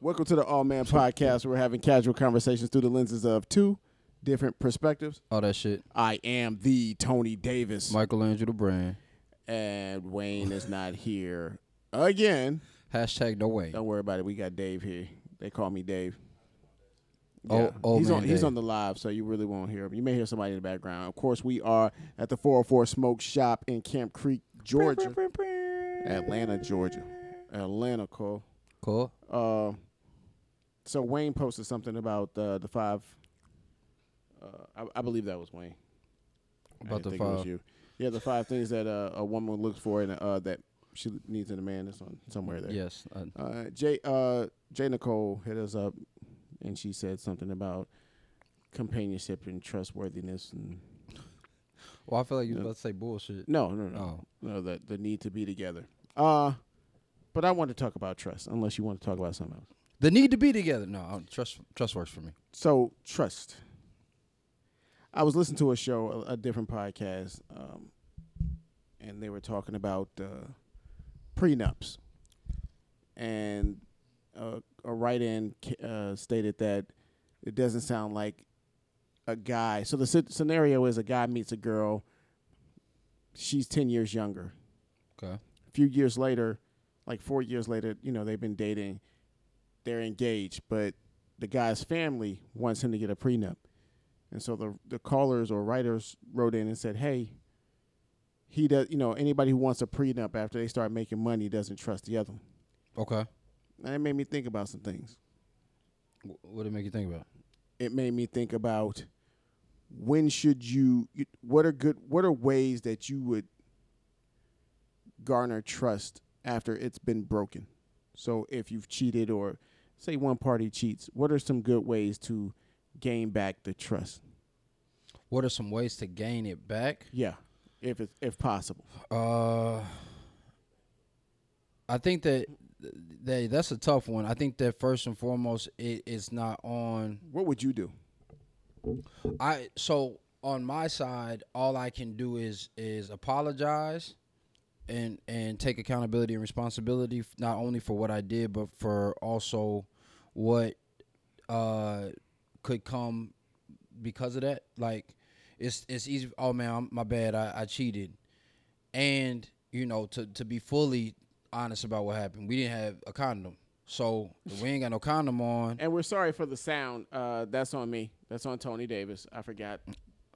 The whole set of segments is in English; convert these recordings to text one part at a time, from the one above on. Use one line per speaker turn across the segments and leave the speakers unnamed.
Welcome to the All Man Podcast. Where we're having casual conversations through the lenses of two different perspectives.
All that shit.
I am the Tony Davis,
Michelangelo Brand.
and Wayne is not here again.
Hashtag no way.
Don't worry about it. We got Dave here. They call me Dave.
Oh- oh,
he's
man,
on he's
Dave.
on the live, so you really won't hear him. You may hear somebody in the background. Of course, we are at the 404 Smoke Shop in Camp Creek, Georgia, Atlanta, Georgia, Atlanta, Cole.
Cool.
Uh, so Wayne posted something about uh, the five. Uh, I, I believe that was Wayne. I
About
didn't
the
think it was
five.
you. Yeah, the five things that uh, a woman looks for and uh, that she needs in a man. That's on somewhere there.
Yes. I,
Uh, Jay, uh, Jay Nicole hit us up, and she said something about companionship and trustworthiness. And
well, I feel like you were
No.
about to say bullshit.
no, no, no,
Oh,
no, the the need to be together. Uh, but I want to talk about trust, unless you want to talk about something else.
the need to be together. No, I- trust trust works for me.
So trust. I was listening to a show, a, a different podcast, um, and they were talking about uh, prenups, and uh, a write-in ca- uh, stated that it doesn't sound like a guy. So the sce- scenario is a guy meets a girl. She's ten years younger
Okay.
a few years later, like four years later, you know, they've been dating, they're engaged, but the guy's family wants him to get a prenup. And so the the callers or writers wrote in and said, Hey, he does you know, anybody who wants a prenup after they start making money doesn't trust the other one.
Okay.
And it made me think about some things.
Wh- What did it make you think about?
It made me think about when should you you- what are good what are ways that you would garner trust after it's been broken. So if you've cheated or say one party cheats, what are some good ways to gain back the trust?
What are some ways to gain it back?
Yeah, if it's if possible.
Uh, I think that that that's a tough one. I think that first and foremost, it, it's not on
What would you do?
I so on my side, all I can do is is apologize and and take accountability and responsibility f- not only for what I did but for also what uh could come because of that. Like it's it's easy. Oh man, I'm, my bad. I, I cheated, and you know to to be fully honest about what happened, we didn't have a condom, so if we ain't got no condom on.
And we're sorry for the sound. Uh, that's on me. That's on Tony Davis. I forgot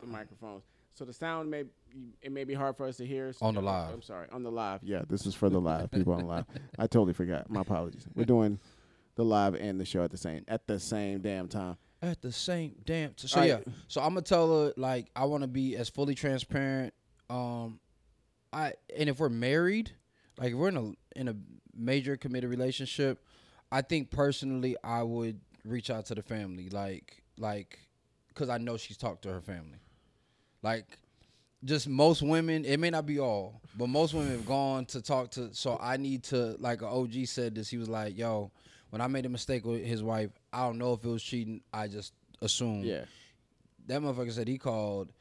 the microphones. So the sound may it may be hard for us to hear
On the live.
I'm sorry, on the live. Yeah, this is for the live people on live. I totally forgot. My apologies. We're doing the live and the show at the same at the same damn time.
At the same damn. So, so
All
yeah.
right.
So I'm gonna tell her like I want to be as fully transparent. Um, I and if we're married, like if we're in a in a major committed relationship, I think personally I would reach out to the family, like like, cause I know she's talked to her family, like. Just most women, it may not be all, but most women have gone to talk to. So I need to, like, a OG said this. He was like, "Yo, when I made a mistake with his wife, I don't know if it was cheating. I just assumed."
Yeah.
that motherfucker said he called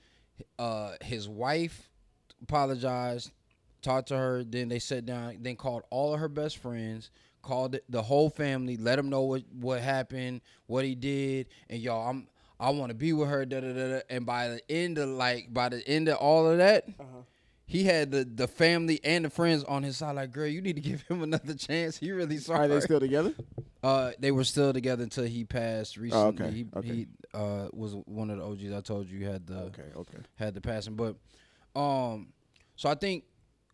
uh his wife apologized talked to her then they sat down then called all of her best friends called the whole family let them know what what happened what he did and y'all i'm i want to be with her da, da, da, da. and by the end of like by the end of all of that
Uh-huh.
He had the, the family and the friends on his side. Like, girl, you need to give him another chance. He really sorry.
Are they still together?
Uh, they were still together until he passed recently.
Oh, okay,
He,
okay.
he uh was one of the OGs I told you had the
Okay, okay.
had the passing, but um, so I think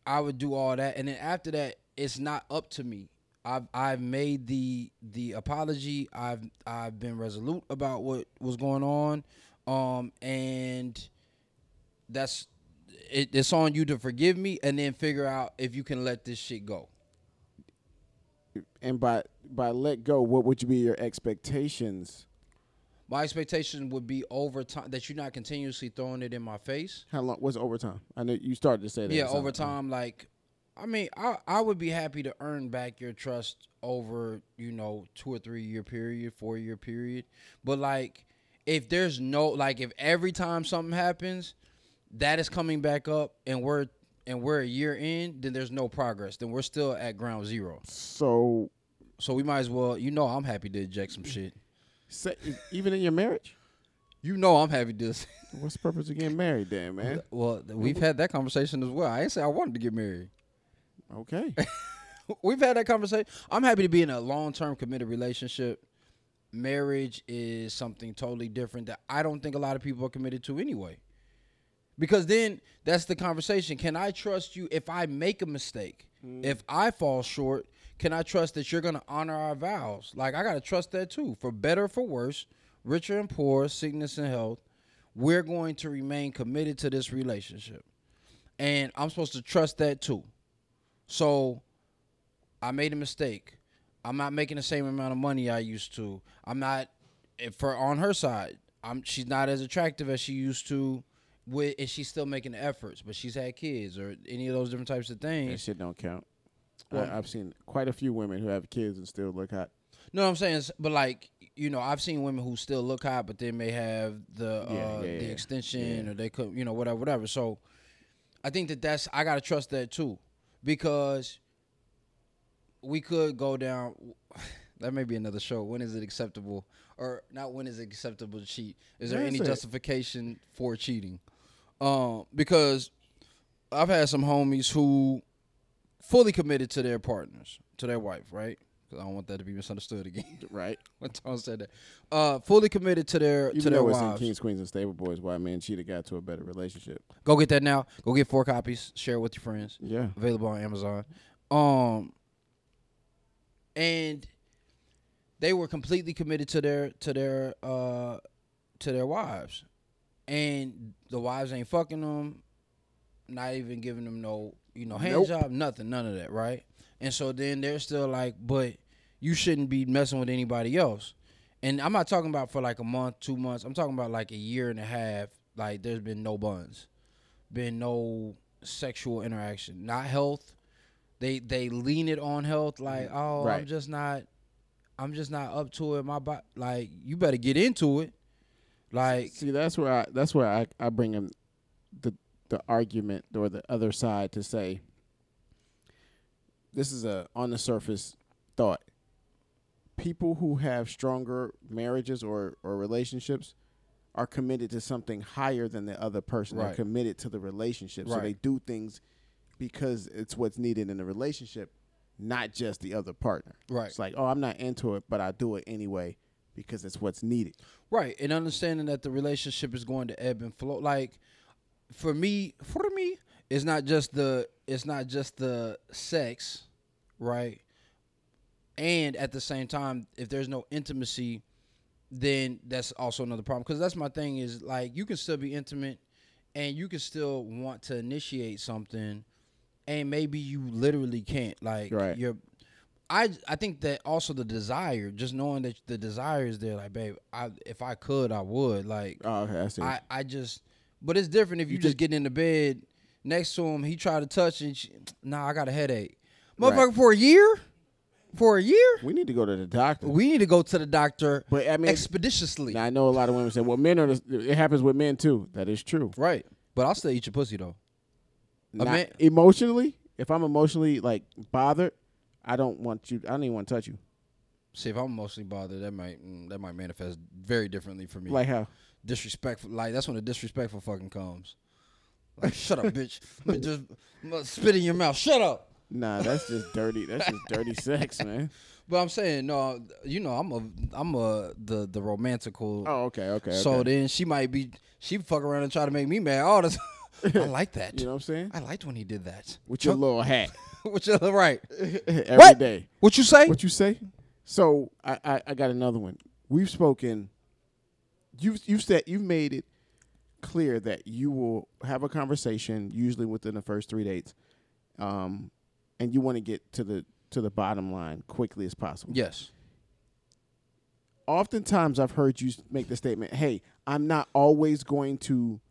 I would do all that, and then after that, it's not up to me. I've I've made the the apology. I've I've been resolute about what was going on, um, and that's it, it's on you to forgive me, and then figure out if you can let this shit go.
And by by let go, what would be your expectations?
My expectation would be over time that you're not continuously throwing it in my face.
How long what's overtime? I know you started to say that.
Yeah,
it sounded-
over time, like, I mean, I I would be happy to earn back your trust over you know two or three year period, four year period. But like, if there's no like, if every time something happens, that is coming back up, and we're and we're a year in, then there's no progress. Then we're still at ground zero.
So
So we might as well. You know, I'm happy to eject some shit.
Say, even in your marriage,
You know, I'm happy to.
what's the purpose of getting married, then, man?
Well, th- we've had that conversation as well. I ain't say I wanted to get married.
Okay,
We've had that conversation. I'm happy to be in a long term committed relationship. Marriage is something totally different that I don't think a lot of people are committed to anyway. Because then that's the conversation. Can I trust you if I make a mistake? If I fall short, can I trust that you're going to honor our vows? Like, I got to trust that too. For better or for worse, richer and poor, sickness and health, we're going to remain committed to this relationship. And I'm supposed to trust that too. So I made a mistake. I'm not making the same amount of money I used to. I'm not if for on her side. I'm she's not as attractive as she used to. With and she's still making the efforts, but she's had kids or any of those different types of
that
things.
shit don't count.
Well-
I, I've seen quite a few women who have kids and still look hot.
No, I'm saying, but like you know, I've seen women who still look hot, but they may have the
Yeah,
uh,
yeah,
the
yeah.
extension or they could, you know, whatever, whatever. So I think that that's I gotta trust that too because we could go down. That may be another show. When is it acceptable, or not? When is it acceptable to cheat? Is there
Yeah,
any
it's a-
justification for cheating? Um, because I've had some homies who fully committed to their partners, to their wife, right? Because I don't want that to be misunderstood again.
Right.
when Tom said that, uh, fully committed to their to
Even
their
though it's in
wives.
Kings, Queens, and Stable Boys, why men cheated got to a better relationship.
Go get that now. Go get four copies. Share it with your friends.
Yeah.
available on Amazon. Um, and they were completely committed to their to their uh to their wives, and the wives ain't fucking them, not even giving them no you know hand
Nope.
job, nothing, none of that, right? And so then they're still like, but you shouldn't be messing with anybody else. And I'm not talking about for like a month, two months. I'm talking about like a year and a half. Like there's been no buns been no sexual interaction, not health. They they lean it on health, like oh, I'm
Right.
just not, I'm just not up to it. My body, like you better get into it. Like
See, that's where I that's where I, I bring in the the argument or the other side to say this is a on the surface thought. People who have stronger marriages or, or relationships are committed to something higher than the other person. They're
Right.
committed to the relationship. So
Right.
they do things because it's what's needed in the relationship, not just the other partner.
Right.
It's like, oh, I'm not into it, but I do it anyway because it's what's needed.
Right, and understanding that the relationship is going to ebb and flow. Like for me, for me, it's not just the it's not just the sex, right? And at the same time, if there's no intimacy, then that's also another problem. Because that's my thing is like you can still be intimate, and you can still want to initiate something, and maybe you literally can't. Like
Right.
you're I I think that also the desire, just knowing that the desire is there, like babe, I if I could, I would. Like
Oh, okay, I see.
I I just, but it's different if you, just get in the bed next to him. He try to touch and she, nah, I got a headache, motherfucker. For a year, for a year,
We need to go to the doctor.
we need to go to the doctor
But, I mean-
expeditiously,
Now, I know a lot of women say, "Well, men are." The, it happens with men too. That is true.
right? But I'll still eat your pussy though.
Not-
man-
emotionally, if I'm emotionally like bothered, I don't want you. I don't even want to touch you.
See if I'm mostly bothered, that might mm, that might manifest very differently for me.
Like how?
disrespectful. Like that's when the disrespectful fucking comes. Like, shut up, bitch. Let me Just m- spit in your mouth. Shut up.
Nah, that's just dirty. That's just dirty sex, man.
But I'm saying, no, you know, I'm a, I'm a the the romantical.
Oh, okay, okay. okay.
So then she might be, she fuck around and try to make me mad all the time. I like that.
you know what I'm saying?
I liked when he did that.
With your little hat
Which is right.
every day.
What? What you say?
What you say? So I, I, I got another one. We've spoken. You've you've said you've made it clear that you will have a conversation usually within the first three dates, um, and you want to get to the to the bottom line quickly as possible.
yes.
Oftentimes, I've heard you s- make the statement, "Hey, I'm not always going to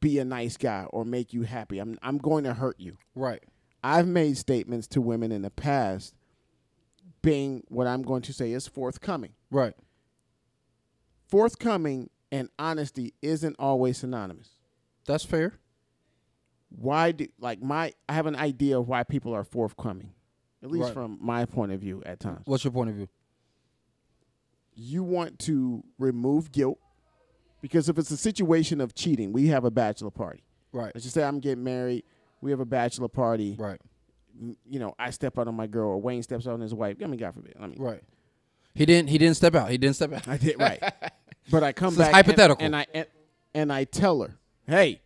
be a nice guy or make you happy. I'm I'm going to hurt you."
Right.
I've made statements to women in the past, being what I'm going to say is forthcoming.
Right.
Forthcoming and honesty isn't always synonymous.
That's fair.
Why do like my I have an idea of why people are forthcoming. at least
Right.
from my point of view at times.
What's your point of view?
you want to remove guilt because if it's a situation of cheating, we have a bachelor party.
Right.
Let's just say I'm getting married, we have a bachelor party.
Right.
m- You know, I step out on my girl, or Wayne steps out on his wife. I mean, God forbid. I mean,
Right. He didn't. He didn't step out. He didn't step out.
I did right, but I come
This is
back
hypothetical.
and, and I and, and I tell her, hey,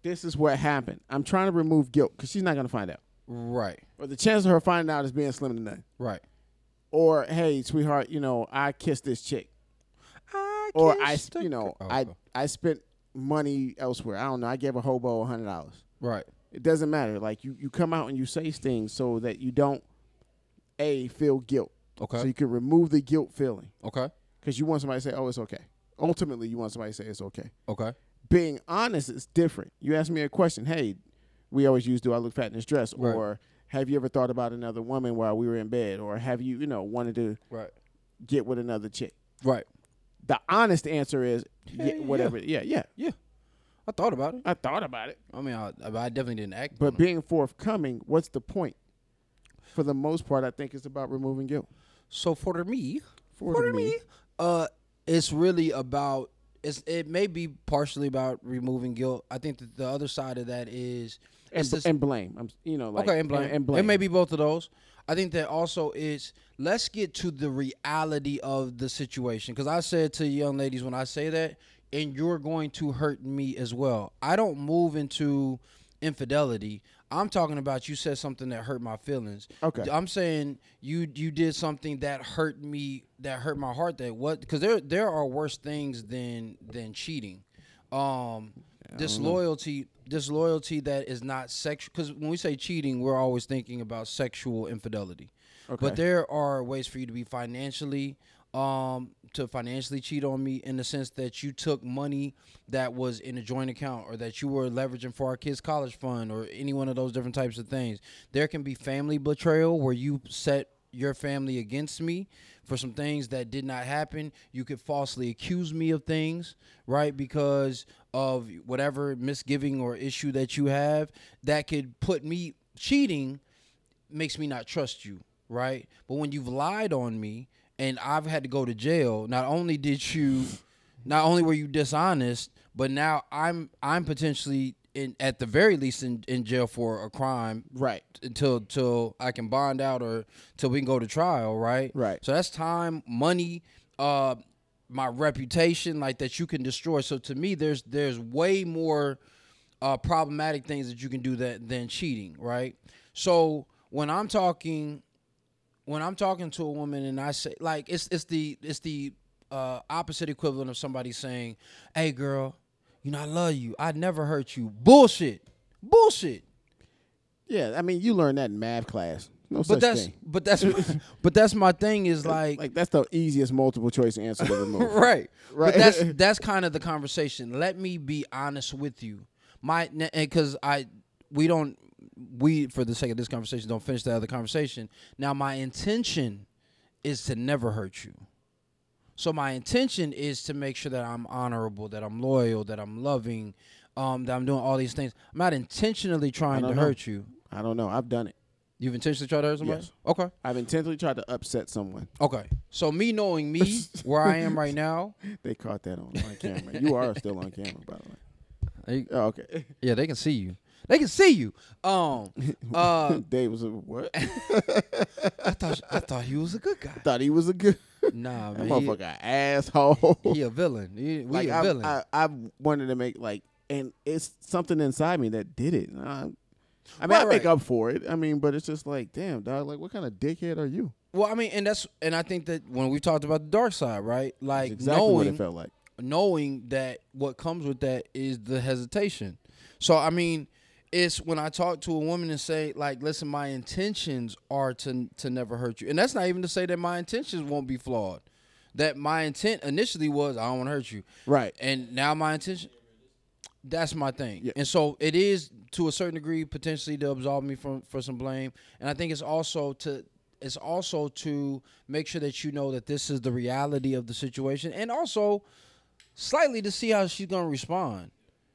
this is what happened. I'm trying to remove guilt because she's not going to find out,
Right.
or the chance of her finding out is being slim to none.
Right.
Or hey, sweetheart, you know, I kissed this chick. or I, s- you know, I
oh.
I spent money elsewhere. I don't know. I gave a hobo a hundred dollars.
Right.
It doesn't matter. Like you, you come out and you say things so that you don't a feel guilt.
Okay.
So you can remove the guilt feeling
okay.
because you want somebody to say, "Oh, it's okay." Ultimately, you want somebody to say it's okay.
Okay.
Being honest is different. You ask me a question. Hey, we always use, "Do I look fat in this dress?"
Right.
Or have you ever thought about another woman while we were in bed? Or have you, you know, wanted to
Right.
get with another chick?
Right.
The honest answer is,
Hey,
yeah, whatever. Yeah, yeah.
Yeah. I thought about it.
I thought about it.
I mean, I, I definitely didn't act. on
But
it.
being forthcoming, what's the point? For the most part, I think it's about removing guilt.
So for me,
For me.
uh, it's really about it's. It may be partially about removing guilt. I think that the other side of that is
And,
it's just-
and blame. I'm, you know, like
okay, and blame.
And, blame.
It may be both of those. I think that also is let's get to the reality of the situation. Because I said to young ladies when I say that, and you're going to hurt me as well. I don't move into infidelity. I'm talking about you said something that hurt my feelings.
Okay.
I'm saying you you did something that hurt me, that hurt my heart. That what? Because there there are worse things than than cheating. Um, disloyalty, disloyalty that is not sexual. Because when we say cheating, we're always thinking about sexual infidelity.
Okay.
But there are ways for you to be financially, um, to financially cheat on me in the sense that you took money that was in a joint account or that you were leveraging for our kids' college fund or any one of those different types of things. There can be family betrayal where you set your family against me for some things that did not happen. You could falsely accuse me of things, right? Because of whatever misgiving or issue that you have that could put me cheating makes me not trust you, right? But when you've lied on me and I've had to go to jail, not only did you not only were you dishonest, but now I'm I'm potentially in at the very least in, in jail for a crime
right.
until till I can bond out or till we can go to trial, right?
Right.
So that's time, money, uh, my reputation, like that you can destroy. So to me, there's there's way more uh, problematic things that you can do that than cheating, right? So when I'm talking when I'm talking to a woman and I say like it's it's the it's the uh, opposite equivalent of somebody saying, "Hey, girl, you know I love you. I never hurt you." Bullshit, bullshit.
Yeah. I mean, you learn that in math class. No
But
such
that's
thing.
but that's my, but that's my thing is like,
Like that's the easiest multiple choice answer to remove.
right
Right.
But that's that's kind of the conversation. Let me be honest with you, my because I we don't we for the sake of this conversation don't finish the other conversation. Now my intention is to never hurt you. So my intention is to make sure that I'm honorable, that I'm loyal, that I'm loving, um, that I'm doing all these things. I'm not intentionally trying to
don't know.
hurt you.
I don't know. I've done it.
You've intentionally tried to hurt somebody.
Yes.
Okay.
I've intentionally tried to upset someone.
Okay. So me knowing me where I am right now.
They caught that on, on camera. You are still on camera, by the way. Oh, okay.
Yeah, they can see you. They can see you. Um uh
Dave was a what?
I thought I thought he was a good guy.
Thought he was a good
Nah,
that
man.
motherfucker asshole.
He, he a villain. He, we
like
a
I,
villain.
I, I wanted to make like, and it's something inside me that did it. And I, I mean, I
Right,
make
right.
up for it. I mean, but it's just like, damn, dog. Like, what kind of dickhead are you?
well, I mean, and that's and I think that when we talked about the dark side, right? Like
That's exactly
knowing
what it felt like.
knowing that what comes with that is the hesitation. So I mean, it's when I talk to a woman and say like, "Listen, my intentions are to to never hurt you," and that's not even to say that my intentions won't be flawed. That my intent initially was I don't want to hurt you,
Right.
and now my intention. That's my thing,
Yeah.
and so it is to a certain degree potentially to absolve me from for some blame, and I think it's also to it's also to make sure that you know that this is the reality of the situation, and also slightly to see how she's gonna respond.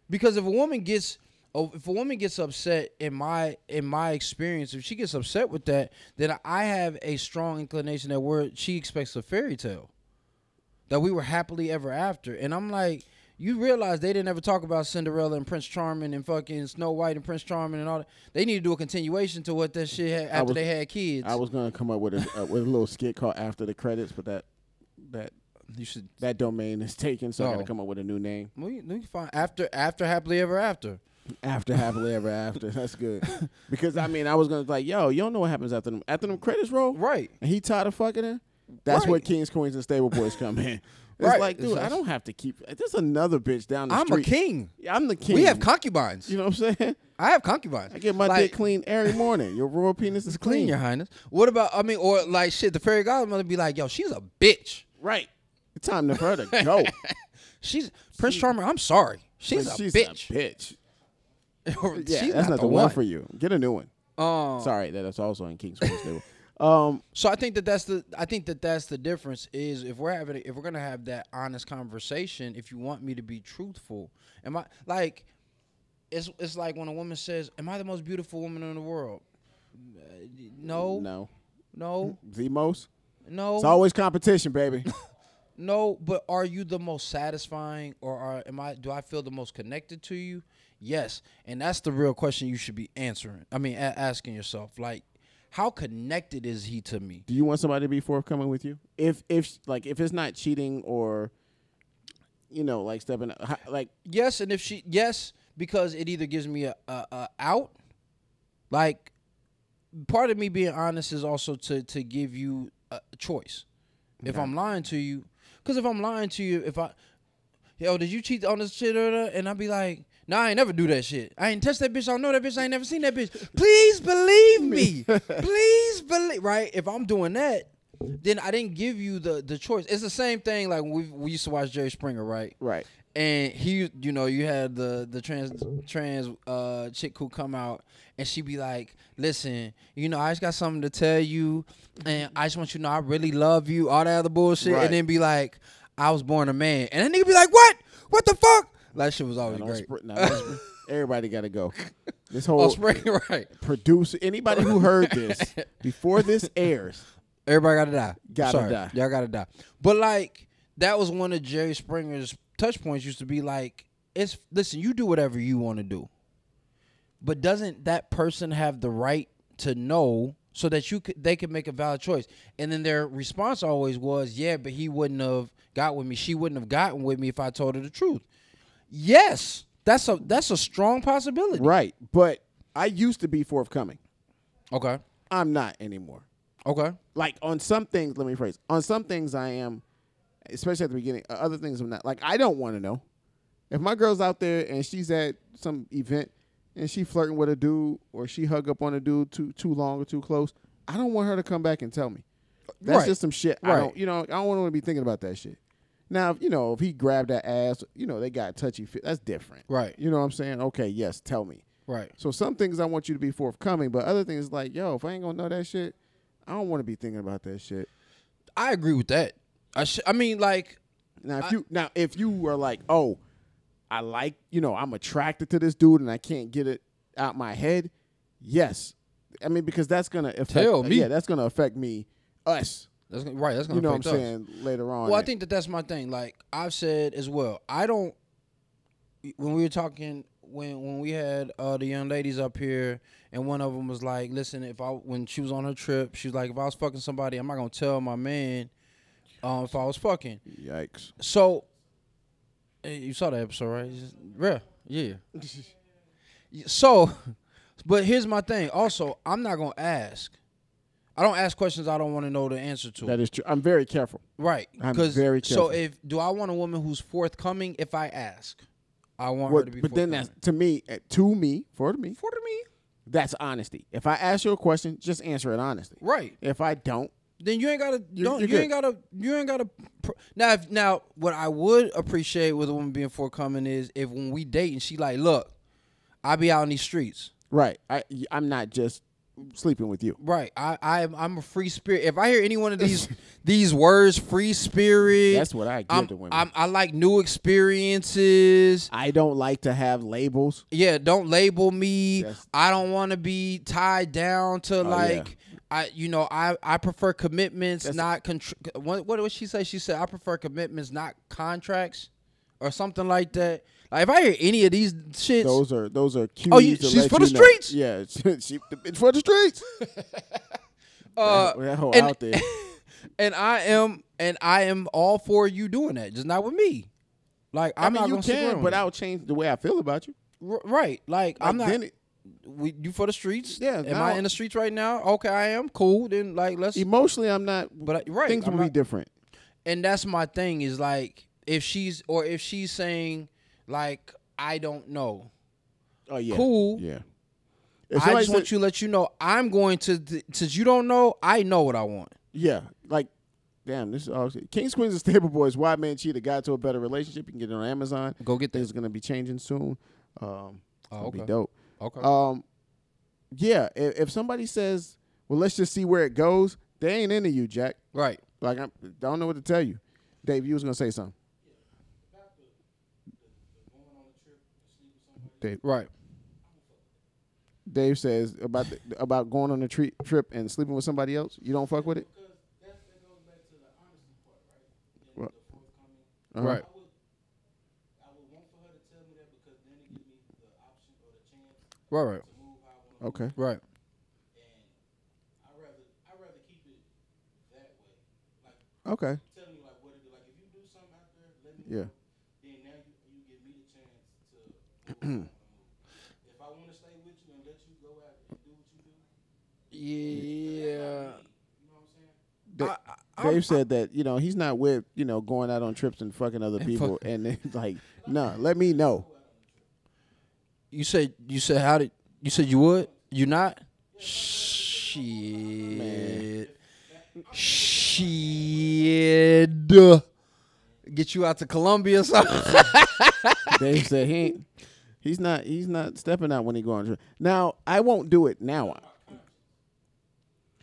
Because if a woman gets oh, if a woman gets upset in my in my experience, if she gets upset with that, then I have a strong inclination that we're she expects a fairy tale. That we were happily ever after. And I'm like, you realize they didn't ever talk about Cinderella and Prince Charming and fucking Snow White and Prince Charming and all that. They need to do a continuation to what that shit had after
was-
they had kids.
I was gonna come up with a uh, with a little skit called "After the Credits," but that that
you should
that domain is taken, so I
Oh.
gotta come up with a new name.
we, we can find after after happily ever after.
After happily ever after. That's good because I mean I was gonna like, yo, you don't know what happens after them after them credits roll,
Right.
And he tired of fucking her. That's
Right.
where Kings, Queens, and Stable Boys come in. It's
Right.
like, dude,
It's-
I don't have to keep. There's another bitch down the
I'm a
street.
king.
king. I'm the king.
We have concubines.
you know what I'm saying?
I have concubines.
I get my
Like,
dick clean every morning. Your royal penis is
clean,
clean.
your highness. What about I mean, or like shit, the fairy godmother be like, yo, she's a bitch.
Right. It's time for her to go.
She's Prince Charming, I'm sorry. She's,
Like,
a,
she's
bitch.
a bitch. Yeah,
she's
that's
not, the
one
one
for you. Get a new one.
Um,
Sorry, that- that's also in King's Queen's Stable. Um,
So I think that that's the I think that that's the difference is if we're having if we're gonna have that honest conversation. If you want me to be truthful, am I like? It's it's like when a woman says, "Am I the most beautiful woman in the world?" Uh, No, no,
no.
no,
The most.
no,
It's always competition, baby.
no. But are you the most satisfying, or are am I? Do I feel the most connected to you? Yes, and that's the real question you should be answering. I mean, a- asking yourself, like, how connected is he to me?
Do you want somebody to be forthcoming with you? If if like if it's not cheating or, you know, like stepping ho- like
Yes, and if she yes, because it either gives me a, a, a out, like part of me being honest is also to to give you a choice. If I'm lying to you, because if I'm lying to you, if I, yo, did you cheat on this shit or the-" and I'd be like. Nah, I ain't never do that shit. I ain't touch that bitch. I don't know that bitch. I ain't never seen that bitch. Please believe me. Please believe. Right? If I'm doing that, then I didn't give you the the choice. It's the same thing. Like when we we used to watch Jerry Springer, right?
right.
and he you know you had the the trans trans uh chick who come out and she be like listen you know i just got something to tell you and i just want you to know i really love you all that other bullshit
Right.
and then be like i was born a man and then nigga be like what what the fuck that shit was always
Don't
great
spr- no, don't spr- everybody got to go. This whole
oh spring right
producer, anybody who heard this before this airs,
Everybody gotta die.
Gotta
Sorry.
die.
Y'all gotta die. But like that was one of Jerry Springer's touch points used to be like, it's listen, you do whatever you want to do. But doesn't that person have the right to know so that you could they could make a valid choice? And then their response always was, Yeah, but he wouldn't have got with me. She wouldn't have gotten with me if I told her the truth. Yes. That's a that's a strong possibility.
right? But I used to be forthcoming.
Okay.
I'm not anymore.
Okay.
Like on some things, let me phrase. On some things, I am, especially at the beginning. Uh, Other things, I'm not. Like I don't want to know. If my girl's out there and she's at some event and she flirting with a dude or she hug up on a dude too too long or too close, I don't want her to come back and tell me. That's
Right.
just some shit. I
Right.
don't, you know, I don't want to be thinking about that shit. Now, if, you know, if he grabbed that ass, you know, they got touchy. Fit, that's different.
Right.
You know what I'm saying? Okay, yes, tell me.
Right.
So some things I want you to be forthcoming, but other things like, yo, if I ain't gonna know that shit, I don't want to be thinking about that shit.
I agree with that. I sh- I mean like
Now if you now if you are like, oh, I like, you know, I'm attracted to this dude and I can't get it out my head, yes. I mean, because that's gonna affect
Tell me.
Yeah, that's gonna affect me, us.
that's gonna, right, that's gonna
You know what I'm
affect us.
saying? Later on.
Well, I think that that's my thing. Like I've said as well, I don't. When we were talking, when when we had uh, the young ladies up here, and one of them was like, "Listen, if I when she was on her trip, she was like, if I was fucking somebody, I'm not gonna tell my man, um, if I was fucking."
Yikes.
So, eh, you saw that episode, right? It's just- Yeah, yeah. Y- so, but here's my thing. Also, I'm not gonna ask. I don't ask questions I don't want to know the answer to.
That is true. I'm very careful.
Right.
I'm
'cause-
very careful.
So if do I want a woman who's forthcoming if I ask? I want her
Well,
to be
but then that's
forthcoming.
to me, eh, to me, for me,
for me.
that's honesty. If I ask you a question, just answer it honestly.
Right.
If I don't,
Then you ain't gotta
You're-
don't
you're
you ain't gotta you ain't gotta pr- now if now what I would appreciate with a woman being forthcoming is if when we date and she like, look, I be out in these streets.
Right. I y- I'm not just sleeping with you.
Right. I, I am I'm a free spirit. If I hear any one of these these words, free spirit.
That's what I give
I'm,
to women.
I'm, I like new experiences.
I don't like to have labels.
Yeah, don't label me.
That's-
I don't want to be tied down to
Oh, yeah.
like I you know, I I prefer commitments,
That's-
not contr- what what did she say? She said I prefer commitments, not contracts or something like that. Like if I hear any of these shits,
Those are those are cues.
Oh, you-
to
she's
let
for the
you know-
streets?
Yeah, she, she the bitch for the streets.
uh,
that hoe
and-
out there.
and I am and I am all for you doing that, just not with me. Like
I
I'm
mean,
not
you
gonna sit
can, but I'll change the way I feel about you.
right. Like, I'm
Like,
not.
Then it,
we, you for the streets?
Yeah,
Am
now-
I in the streets right now? Okay, I am. Cool. Then like let's.
emotionally, I'm not.
But I, right.
things
I'm
will be
not-
different.
and that's my thing is like if she's or if she's saying like I don't know.
Oh yeah,
Cool.
Yeah. If
I
somebody
just want
said-
you to let you know I'm going to th- since you don't know I know what I want.
Yeah, like, damn, this is all Kings, Queens, and Stable Boys. Why man cheated? Got to a better relationship. You can get it on Amazon.
Go get
Things
this.
are gonna be changing soon. Um, it's
Oh,
gonna be
okay.
dope.
Okay.
Um, yeah, if, if somebody says, "Well, let's just see where it goes," they ain't into you, Jack.
right.
Like, I don't know what to tell you. Dave, you was gonna say something.
Right.
Dave says about the, about going on a tre- trip and sleeping with somebody else. You don't fuck with it, Uh-huh.
Right. Right. Right.
Okay.
Right.
Okay. Yeah.
Yeah.
Da- Dave said that you know he's not with you know going out on trips and fucking other people, and then like, nah, let me know.
You said you said how did you said you would? You not? Shit. Shit. Get you out to Colombia or something.
Dave said he ain't, he's not he's not stepping out when he go on trip. Now I won't do it now,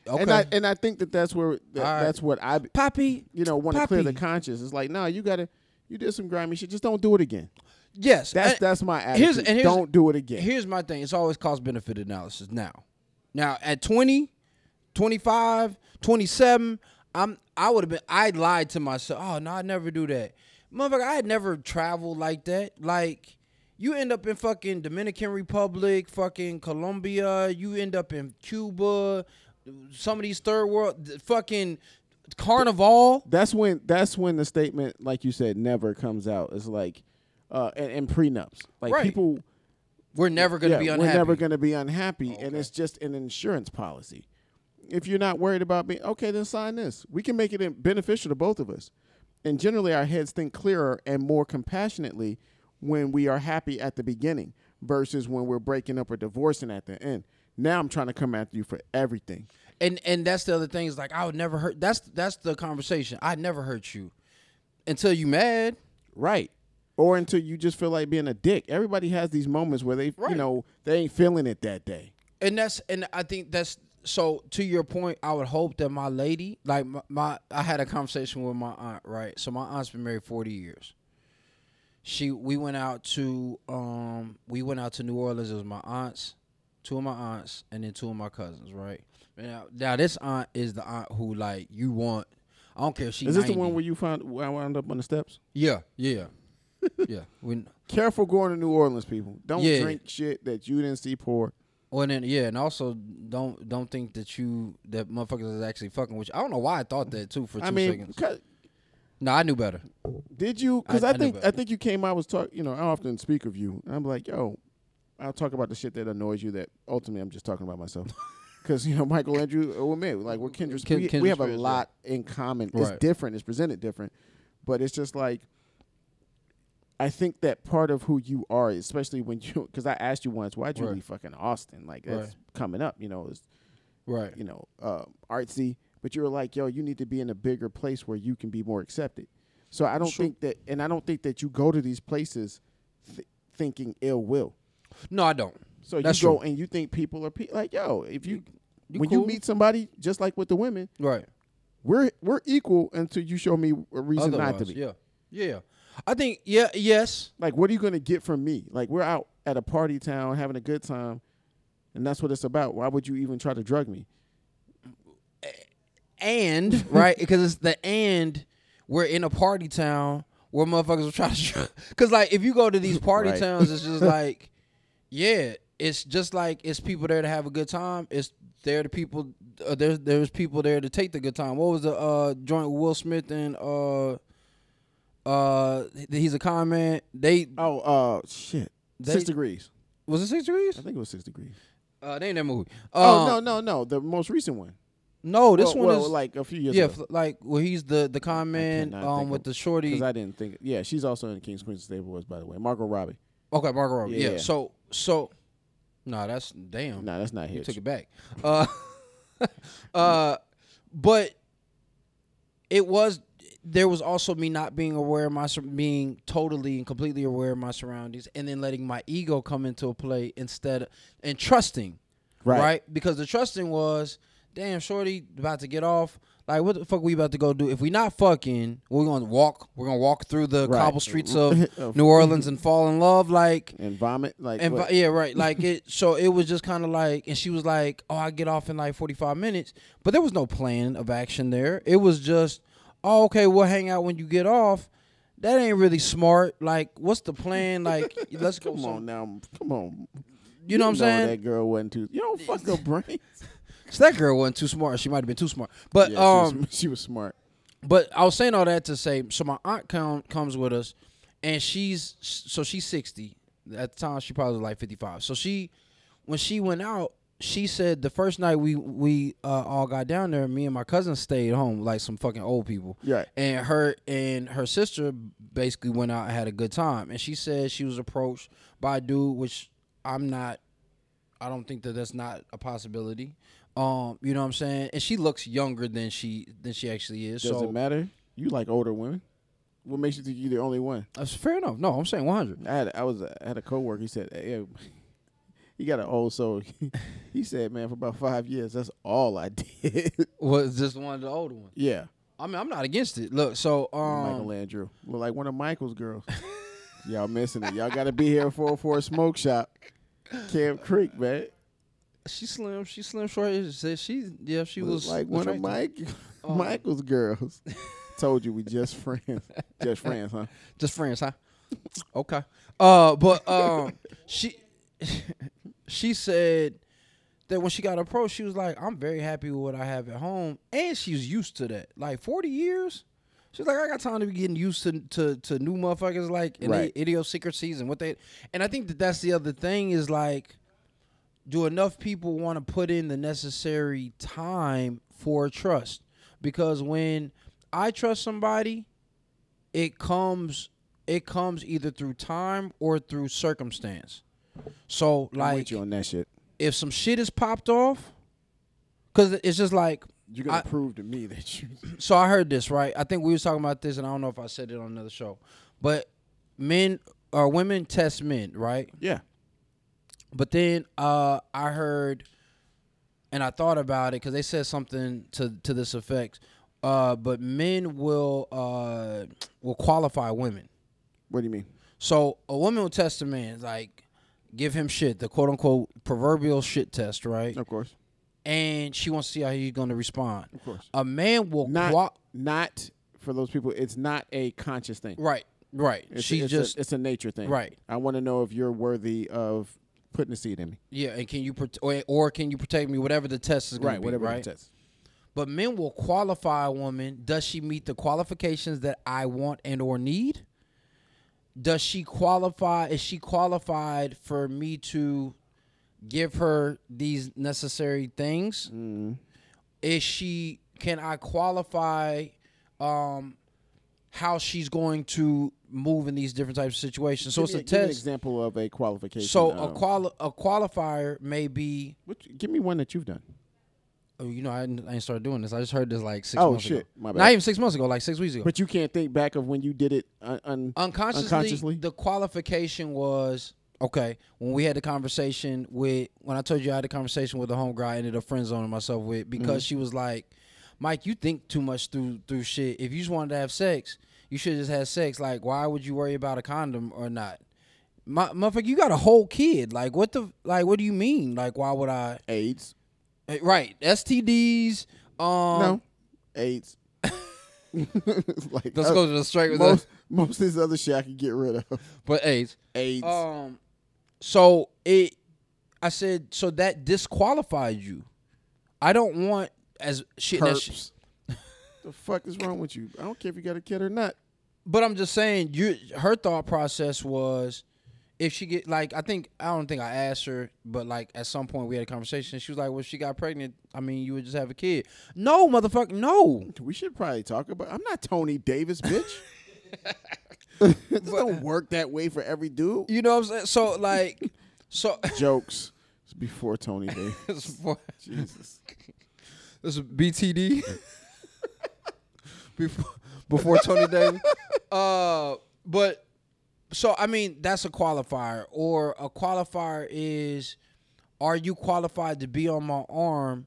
okay.
and I and I think that that's where that,
All right.
that's what I
Poppy.
you know want to clear the
Poppy.
conscience. It's like, nah, you gotta you did some grimy shit. Just don't do it again.
Yes.
That's
and-
that's my attitude.
here's- and here's-
don't do it again.
Here's my thing. It's always cost benefit analysis now. Now at 20, 25, 27, I'm I would have been I lied to myself. Oh no, I'd never do that. Motherfucker, I had never traveled like that. Like you end up in fucking Dominican Republic, fucking Colombia, you end up in Cuba, some of these third world fucking carnival.
that's when that's when the statement, like you said, never comes out. It's like, uh, and, and prenups, like
Right.
people
We're never gonna
yeah,
be unhappy.
We're never going to be unhappy, and
Okay.
it's just an insurance policy. If you're not worried about being okay, then sign this. We can make it in- beneficial to both of us. And generally, our heads think clearer and more compassionately when we are happy at the beginning versus when we're breaking up or divorcing at the end. Now I'm trying to come after you for everything.
and and that's the other thing is like I would never hurt. That's that's the conversation. I never hurt you until you mad.
Right. Or until you just feel like being a dick. Everybody has these moments where they, you
Right.
know, they ain't feeling it that day.
And that's and I think that's so. To your point, I would hope that my lady, like my, my I had a conversation with my aunt. Right, so my aunt's been married forty years. She we went out to um we went out to New Orleans. It was my aunts, two of my aunts, and then two of my cousins. Right now, now this aunt is the aunt who like you want. I don't care if she.
Is this the
90.
one where you found where I wound up on the steps?
Yeah, yeah, yeah. We
Careful going to New Orleans, people. Don't
Yeah.
drink shit that you didn't see pour.
Well, and then, yeah, and also don't don't think that you that motherfuckers is actually fucking with you. I don't know why I thought that too for two
I mean,
seconds.
cut-
No, I knew better.
did you? Because
I-
I,
I know
think
about
I
it.
think you came. I was talk. You know, I often speak of you, and I'm like, yo, I'll talk about the shit that annoys you. That ultimately, I'm just talking about myself. Because you know, Michael Andrew or me, like we're kindred.
Kin-
we, we
kindred
have a
spirits,
lot in common. It's
Right.
different. It's presented different, but it's just like. I think that part of who you are, especially when you, because I asked you once, why'd you
Right.
leave fucking Austin? Like that's
Right.
coming up, you know. It's
Right.
you know, uh, artsy, but you were like, yo, you need to be in a bigger place where you can be more accepted. So I don't think that, and I don't think that you go to these places th- thinking ill will.
No, I don't.
So
That's
you go
true.
and you think people are pe- like, yo, if you when you
cool.
meet somebody, just like with the women,
right.
we're we're equal until you show me a reason not to
Otherwise,
be.
Yeah. Yeah. I think yeah, yes.
Like, what are you gonna get from me? Like, we're out at a party town having a good time, and that's what it's about. Why would you even try to drug me?
And right, because it's the and we're in a party town where motherfuckers are trying to because like if you go to these party
Right.
towns, it's just like yeah, it's just like it's people there to have a good time. It's there to people uh, there's there's people there to take the good time. What was the uh joint with Will Smith and uh uh he's a comment they
Oh, uh, shit.
They-
six degrees.
was it six degrees?
I think it was six degrees.
Uh, they ain't that movie.
oh
Um,
no, no, no. The most recent one.
No, this
Well,
one
well,
is
like a few years
yeah,
ago.
fl- like well, he's the the con man
cannot think
um, with
of-
the shorty.
Because I didn't think. Yeah, she's also in Kings Queens Stable Boys, by the way. Margot Robbie.
okay, Margot Robbie.
Yeah,
Yeah.
yeah.
So so, nah, that's damn.
No, that's not
you
here.
took it back. Uh, uh, but it was there was also me not being aware of my sur- being totally and completely aware of my surroundings, and then letting my ego come into play instead of, and trusting.
Right.
right. Because the trusting was, damn, shorty about to get off. Like, what the fuck we about to go do? If we not fucking, we're gonna walk. We're gonna walk through the
Right.
cobble streets of
Of-
New Orleans and fall in love. Like,
And vomit. Like
and
what?
vi- yeah, right. Like it. So it was just kind of like, and she was like, "Oh, I get off in like forty five minutes," but there was no plan of action there. It was just, "Oh, okay, we'll hang out when you get off." That ain't really smart. Like, what's the plan? Like, let's go.
come
some-
on now. Come on.
You know what I'm saying?
That girl wasn't too. You don't fuck her brain.
So that girl wasn't too smart. She might have been too smart. But
Yeah,
um,
she, was, she was smart.
but I was saying all that to say, so my aunt come, comes with us, and she's so she's sixty at the time. She probably was like fifty five. So she, when she went out, she said the first night we we uh, all got down there, me and my cousin stayed home like some fucking old people.
Right.
And her and her sister basically went out and had a good time. And she said she was approached by a dude, which I'm not. I don't think that that's not a possibility. Um, you know what I'm saying? And she looks younger than she than she actually is.
Does
so
it matter? You like older women. What makes you think you're the only one?
That's fair enough. No, I'm saying 100.
I had I was I had a coworker. He said, "Hey, yo," he got an old soul." he said, "Man, for about five years, that's all I did."
Was just one of the older ones.
yeah,
I mean, I'm not against it. Look, so
Michael
um,
Landrew, well, like one of Michael's girls. Y'all missing it. Y'all got to be here for for a smoke shop, Camp Creek, man.
she slim, she slim short. She said She yeah, she was
like one of
attractive.
Mike
Um,
Michael's girls. Told you we just friends, just friends, huh?
just friends, huh? okay. Uh, but um, she she said that when she got approached, she was like, "I'm very happy with what I have at home," and she's used to that. Like 40 years, she's like, "I got time to be getting used to to, to new motherfuckers, like and
Right.
their idiosyncrasies and what they." And I think that that's the other thing is like, do enough people want to put in the necessary time for trust? Because when I trust somebody, it comes it comes either through time or through circumstance. So
I'm
like
with you on that shit.
if some shit is popped off, because it's just like
You're gonna
I-
prove to me that you.
so I heard this right. I think we was talking about this, and I don't know if I said it on another show, but men or women test men, right?
Yeah,
But then uh, I heard, and I thought about it because they said something to to this effect. Uh, but men will uh, will qualify women.
what do you mean?
So a woman will test a man, like give him shit, the quote unquote proverbial shit test, right?
Of course,
And she wants to see how he's going to respond.
of course.
A man will
Not
qua-
not for those people. It's not a conscious thing.
right, right.
It's,
she
it's
just
a, it's a nature thing.
right,
I want to know if you're worthy of putting a seed in me.
yeah. And can you prot- or, or can you protect me? Whatever the test is, going
Right,
to be,
whatever
right?
it says.
But men will qualify a woman. Does she meet the qualifications that I want and or need? Does she qualify? Is she qualified for me to give her these necessary things?
Mm-hmm.
Is she? Can I qualify? Um, how she's going to move in these different types of situations? So
Give
it's
me
a
give me An
test.
example of a qualification.
So a
um,
quali- a qualifier may be.
which- give me one that you've done.
Oh, you know, I didn't, I didn't start doing this. I just heard this like six
Oh,
months ago.
shit. My bad.
Not even six months ago, like six weeks ago.
But you can't think back of when you did it. uh, Un, un,
unconsciously,
Unconsciously?
the qualification was Okay. When we had the conversation with, when I told you I had a conversation with the home girl, I ended up friend zoning myself with because
Mm-hmm.
she was like, "Mike, you think too much through through shit. If you just wanted to have sex, you should just have sex. Like, why would you worry about a condom or not? My motherfucker, you got a whole kid. Like, what the like? What do you mean? Like, why would I?
AIDS.
Eh, Right? STDs. Um,
No. AIDS. like
Let's
uh,
go to the Oh, straight with
most,
us.
most of this other shit I could get rid of.
But AIDS.
AIDS.
Um, so it, I said, so that disqualified you. I don't want as shit. and that sh-
herpes. the fuck is wrong with you? I don't care if you got a kid or not.
but I'm just saying, you her thought process was, if she get like, I think I don't think I asked her, but like at some point we had a conversation. She was like, well, if she got pregnant. I mean, you would just have a kid. No, motherfucker, no.
We should probably talk about. I'm not Tony Davis, bitch. it don't work that way for every dude.
uh, You know what I'm saying? So like, so
Jokes It's before Tony Davis.
this is for-
Jesus.
this is BTD. before before Tony Davis. Uh, but so I mean that's a qualifier, or a qualifier is, are you qualified to be on my arm,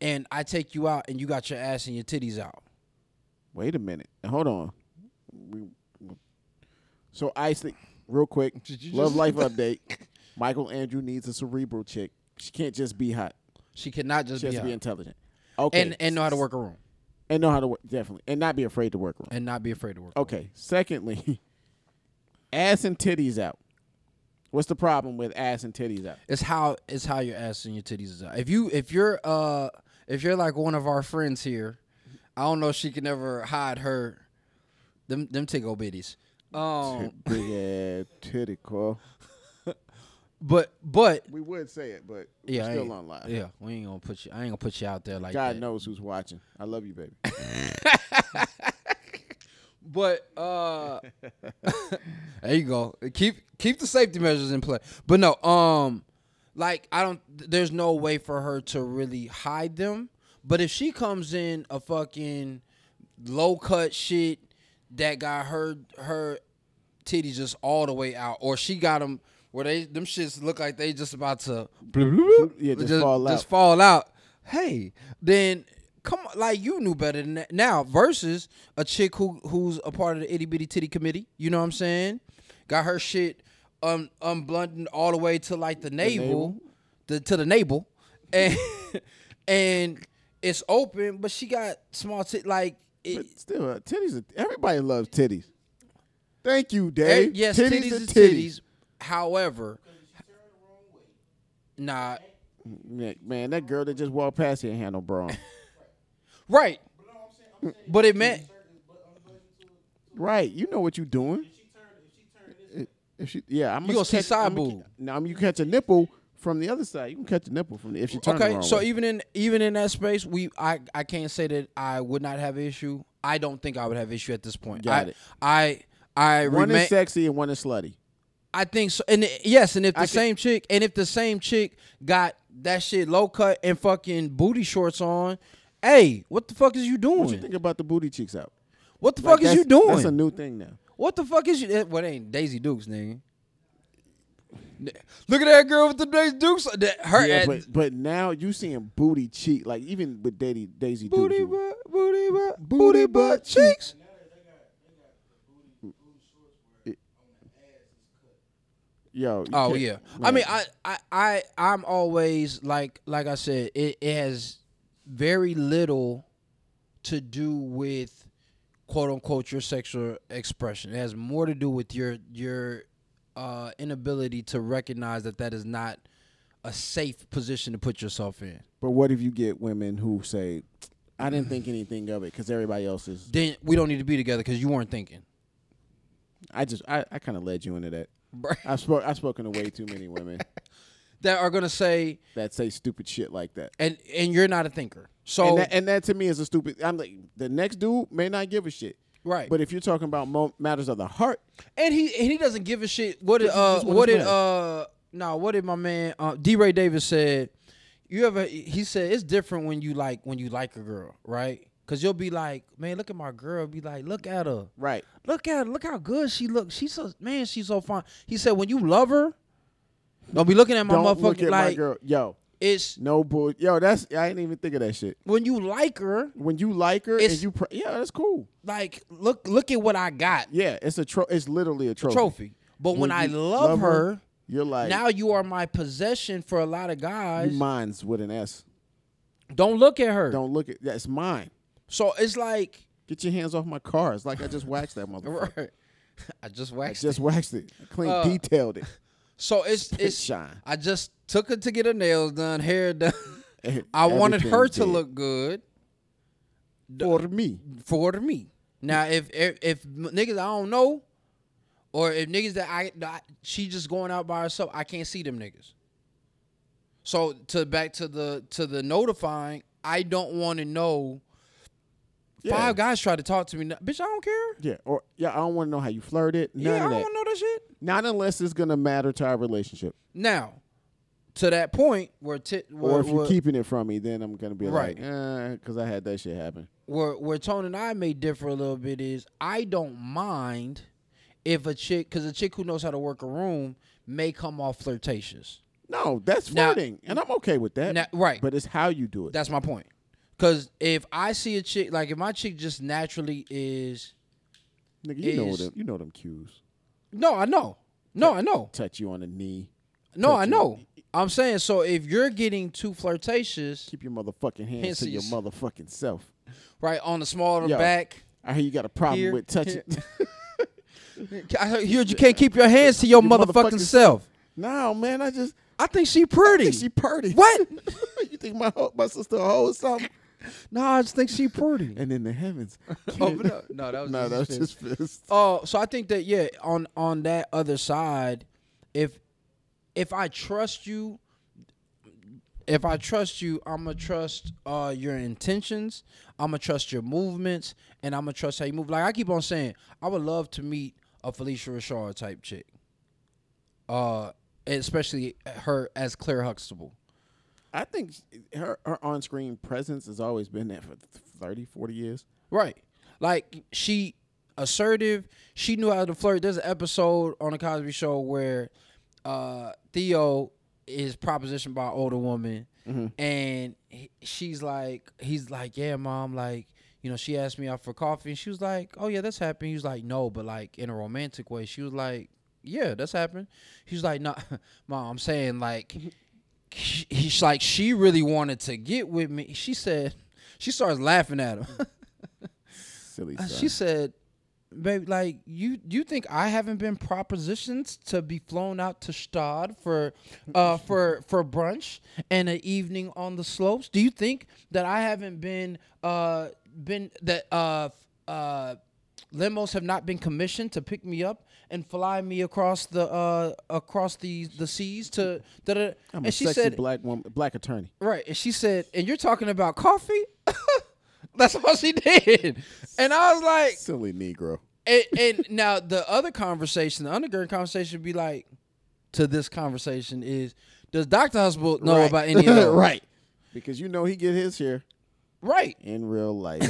and I take you out and you got your ass and your titties out.
Wait a minute. Now, hold on. We, so I think real quick.
Did you
Love
just-
life update. Michael Andrew needs a cerebral chick. She can't just be hot.
She cannot just
She has
be,
to be
out.
intelligent. Okay.
and and know how to work a room
and know how to work definitely and not be afraid to work. Wrong.
and not be afraid to work. a room.
Okay. Secondly, ass and titties out. What's the problem with ass and titties out?
It's how it's how your ass and your titties is out. If you if you're uh if you're like one of our friends here, I don't know if she can ever hide her them them tickle bitties. Um
Big ass titty call.
but but
We would say it, but
yeah, I
we're still
ain't-
on live.
Yeah, we ain't gonna put you I ain't gonna put you out there like
God
that.
knows who's watching. I love you, baby.
But uh there you go. Keep keep the safety measures in play. But no, um like I don't there's no way for her to really hide them. But if she comes in a fucking low cut shit that got her her titties just all the way out or she got them where they them shits look like they just about to
Yeah, just fall
just
out.
fall out. Hey, then come on, like you knew better than that. Now versus a chick who who's a part of the itty bitty titty committee. You know what I'm saying? Got her shit um unblunted all the way to like the navel,
navel.
the to the navel, and and it's open, but she got small tit like. It,
But still, uh, titties. Are, everybody loves titties. Thank you,
Eh,
Dave.
yes,
titties,
titties,
are
is
titties.
titties. However, nah,
Yeah, Man, that girl that just walked past here had no bra. on.
right.
Mm.
But it meant
right, you know what you doing. If- If she, yeah, I'm
You gonna see side boob.
Now you catch a nipple from the other side. You can catch a nipple from the, if she turns
okay.
around.
So even in even in that space, we I I can't say that I would not have issue. I don't think I would have issue at this point.
Got
I,
it.
I I
one
remain-
is sexy and one is slutty.
I think so. And it- yes, and if the
I can-
same chick, and if the same chick got that shit low cut and fucking booty shorts on, hey, what the fuck is you doing?
What you think about the booty cheeks out?
what the
Like,
fuck is you
that's-
doing?
That's a new thing now.
What the fuck is you? That, well, it ain't Daisy Dukes, nigga. Look at that girl with the Daisy Dukes. That, her
Yeah,
ass-
but but now you seeing booty cheek like even with Daisy Daisy
booty
Duke, you-
butt, booty butt,
Booty
booty butt
butt
cheeks.
Yo, you
Oh
can't-
yeah. I
man.
mean, I, I, I, I'm always like, like I said, it, it has very little to do with quote unquote your sexual expression. It has more to do with your your uh, inability to recognize that that is not a safe position to put yourself in.
But what if you get women who say, "I didn't think anything of it because everybody else is."
Then we don't need to be together because you weren't thinking.
I just I, I kind of led you into that.
Bruh.
I've spoke I've spoken to way too many women
That are gonna say
that say stupid shit like that.
and and you're not a thinker. So
And that, and that to me is a stupid. I'm like the next dude may not give a shit.
Right.
But if you're talking about mo- matters of the heart,
And he and he doesn't give a shit. What did
Because he
uh
just wanted
what
to
did
smash.
uh no, what did my man uh D Ray Davis said, you ever he said it's different when you like when you like a girl, right? Cause you'll be like, man, look at my girl, be like, look at her.
right?
Look at her, look how good she looks. She's so man, she's so fine. He said when you love her, Don't be looking at my
Don't
motherfucker
look at
like
my girl. Yo,
it's
no bull. Yo, that's I didn't even think of that shit.
when you like her,
When you like her
It's-
and you, pr- yeah, that's cool.
like look look at what I got.
Yeah, it's a tro- It's literally a trophy.
Trophy. But when, I
you
love, her,
you're like
now you are my possession for a lot of guys.
you mine's with an S.
Don't look at her.
Don't look at that's mine.
So it's like
Get your hands off my car. It's like I just waxed that motherfucker.
I just
I
waxed.
just waxed it. I clean
Uh,
detailed it.
So it's it's
shine.
I just took her to get her nails done, hair done. I wanted
Everything
her to
did.
look good
for me.
for me. Now if if, if niggas I don't know, or if niggas that I that she just going out by herself, I can't see them niggas. So to back to the to the notifying, I don't want to know.
Yeah.
Five guys tried to talk to me, bitch. I don't care.
Yeah, or yeah, I don't want to know how you flirted. None
yeah,
of
I
that.
don't know that shit.
Not unless it's gonna matter to our relationship.
Now, to that point where ti- where,
or if you're
where,
keeping it from me, then I'm gonna be
Right.
like, because I had that shit happen.
where where Tone and I may differ a little bit is I don't mind if a chick because a chick who knows how to work a room may come off flirtatious.
No, that's
Now-
flirting, and I'm okay with that.
Now- right.
but it's how you do it.
That's my point. Cause if I see a chick like if my chick just naturally is
Nigga, you know
is-
them. You know them cues.
no I know no I know
Touch you on the knee.
no I know I'm saying so if you're getting too flirtatious
Keep your motherfucking hands to your
Hensies.
motherfucking self.
right on the small of the
Yo.
back
I hear you got a problem
Here,
with touching.
I heard you can't keep your hands to your,
Your
motherfucking,
motherfucking
self
no, man, I just
I think she pretty
think she pretty.
what
you think my ho- my sister a hoe or something?
no I just think she pretty
And in the heavens,
Oh, no, no, that was
no,
just
that was
fist.
just fist.
Oh, so I think that yeah, on on that other side, if if I trust you, if I trust you, I'm gonna trust uh your intentions, I'm gonna trust your movements, and I'm gonna trust how you move. Like I keep on saying, I would love to meet a Felicia Rashard type chick. Uh especially her as Claire Huxtable.
I think her her on screen presence has always been there for 30, 40 years.
Right. Like she assertive. She knew how to flirt. There's an episode on the Cosby Show where uh, Theo is propositioned by an older woman, and he- she's like, he's like, yeah, mom, like. You know, she asked me out for coffee, and she was like, "Oh yeah, that's happened." He was like, "No," but like in a romantic way. She was like, "Yeah, that's happened." He was like, "No, mom, I'm saying like she- he's like she really wanted to get with me she said she starts laughing at him
Silly.
And
son.
Uh, she said baby like you you think i haven't been propositioned to be flown out to stad for uh for for brunch and an evening on the slopes do you think that i haven't been uh been that uh uh limos have not been commissioned to pick me up and fly me across the uh across the the seas to da-da-da.
I'm a
and she
sexy
said
black woman, black attorney.
Right. And she said, and you're talking about coffee? That's all she did. And I was like,
Silly Negro.
and, and now the other conversation, the undergird conversation would be like, to this conversation is, does Dr. Husband know
Right.
about any of that?
Right. Because you know he get his here
Right.
in real life.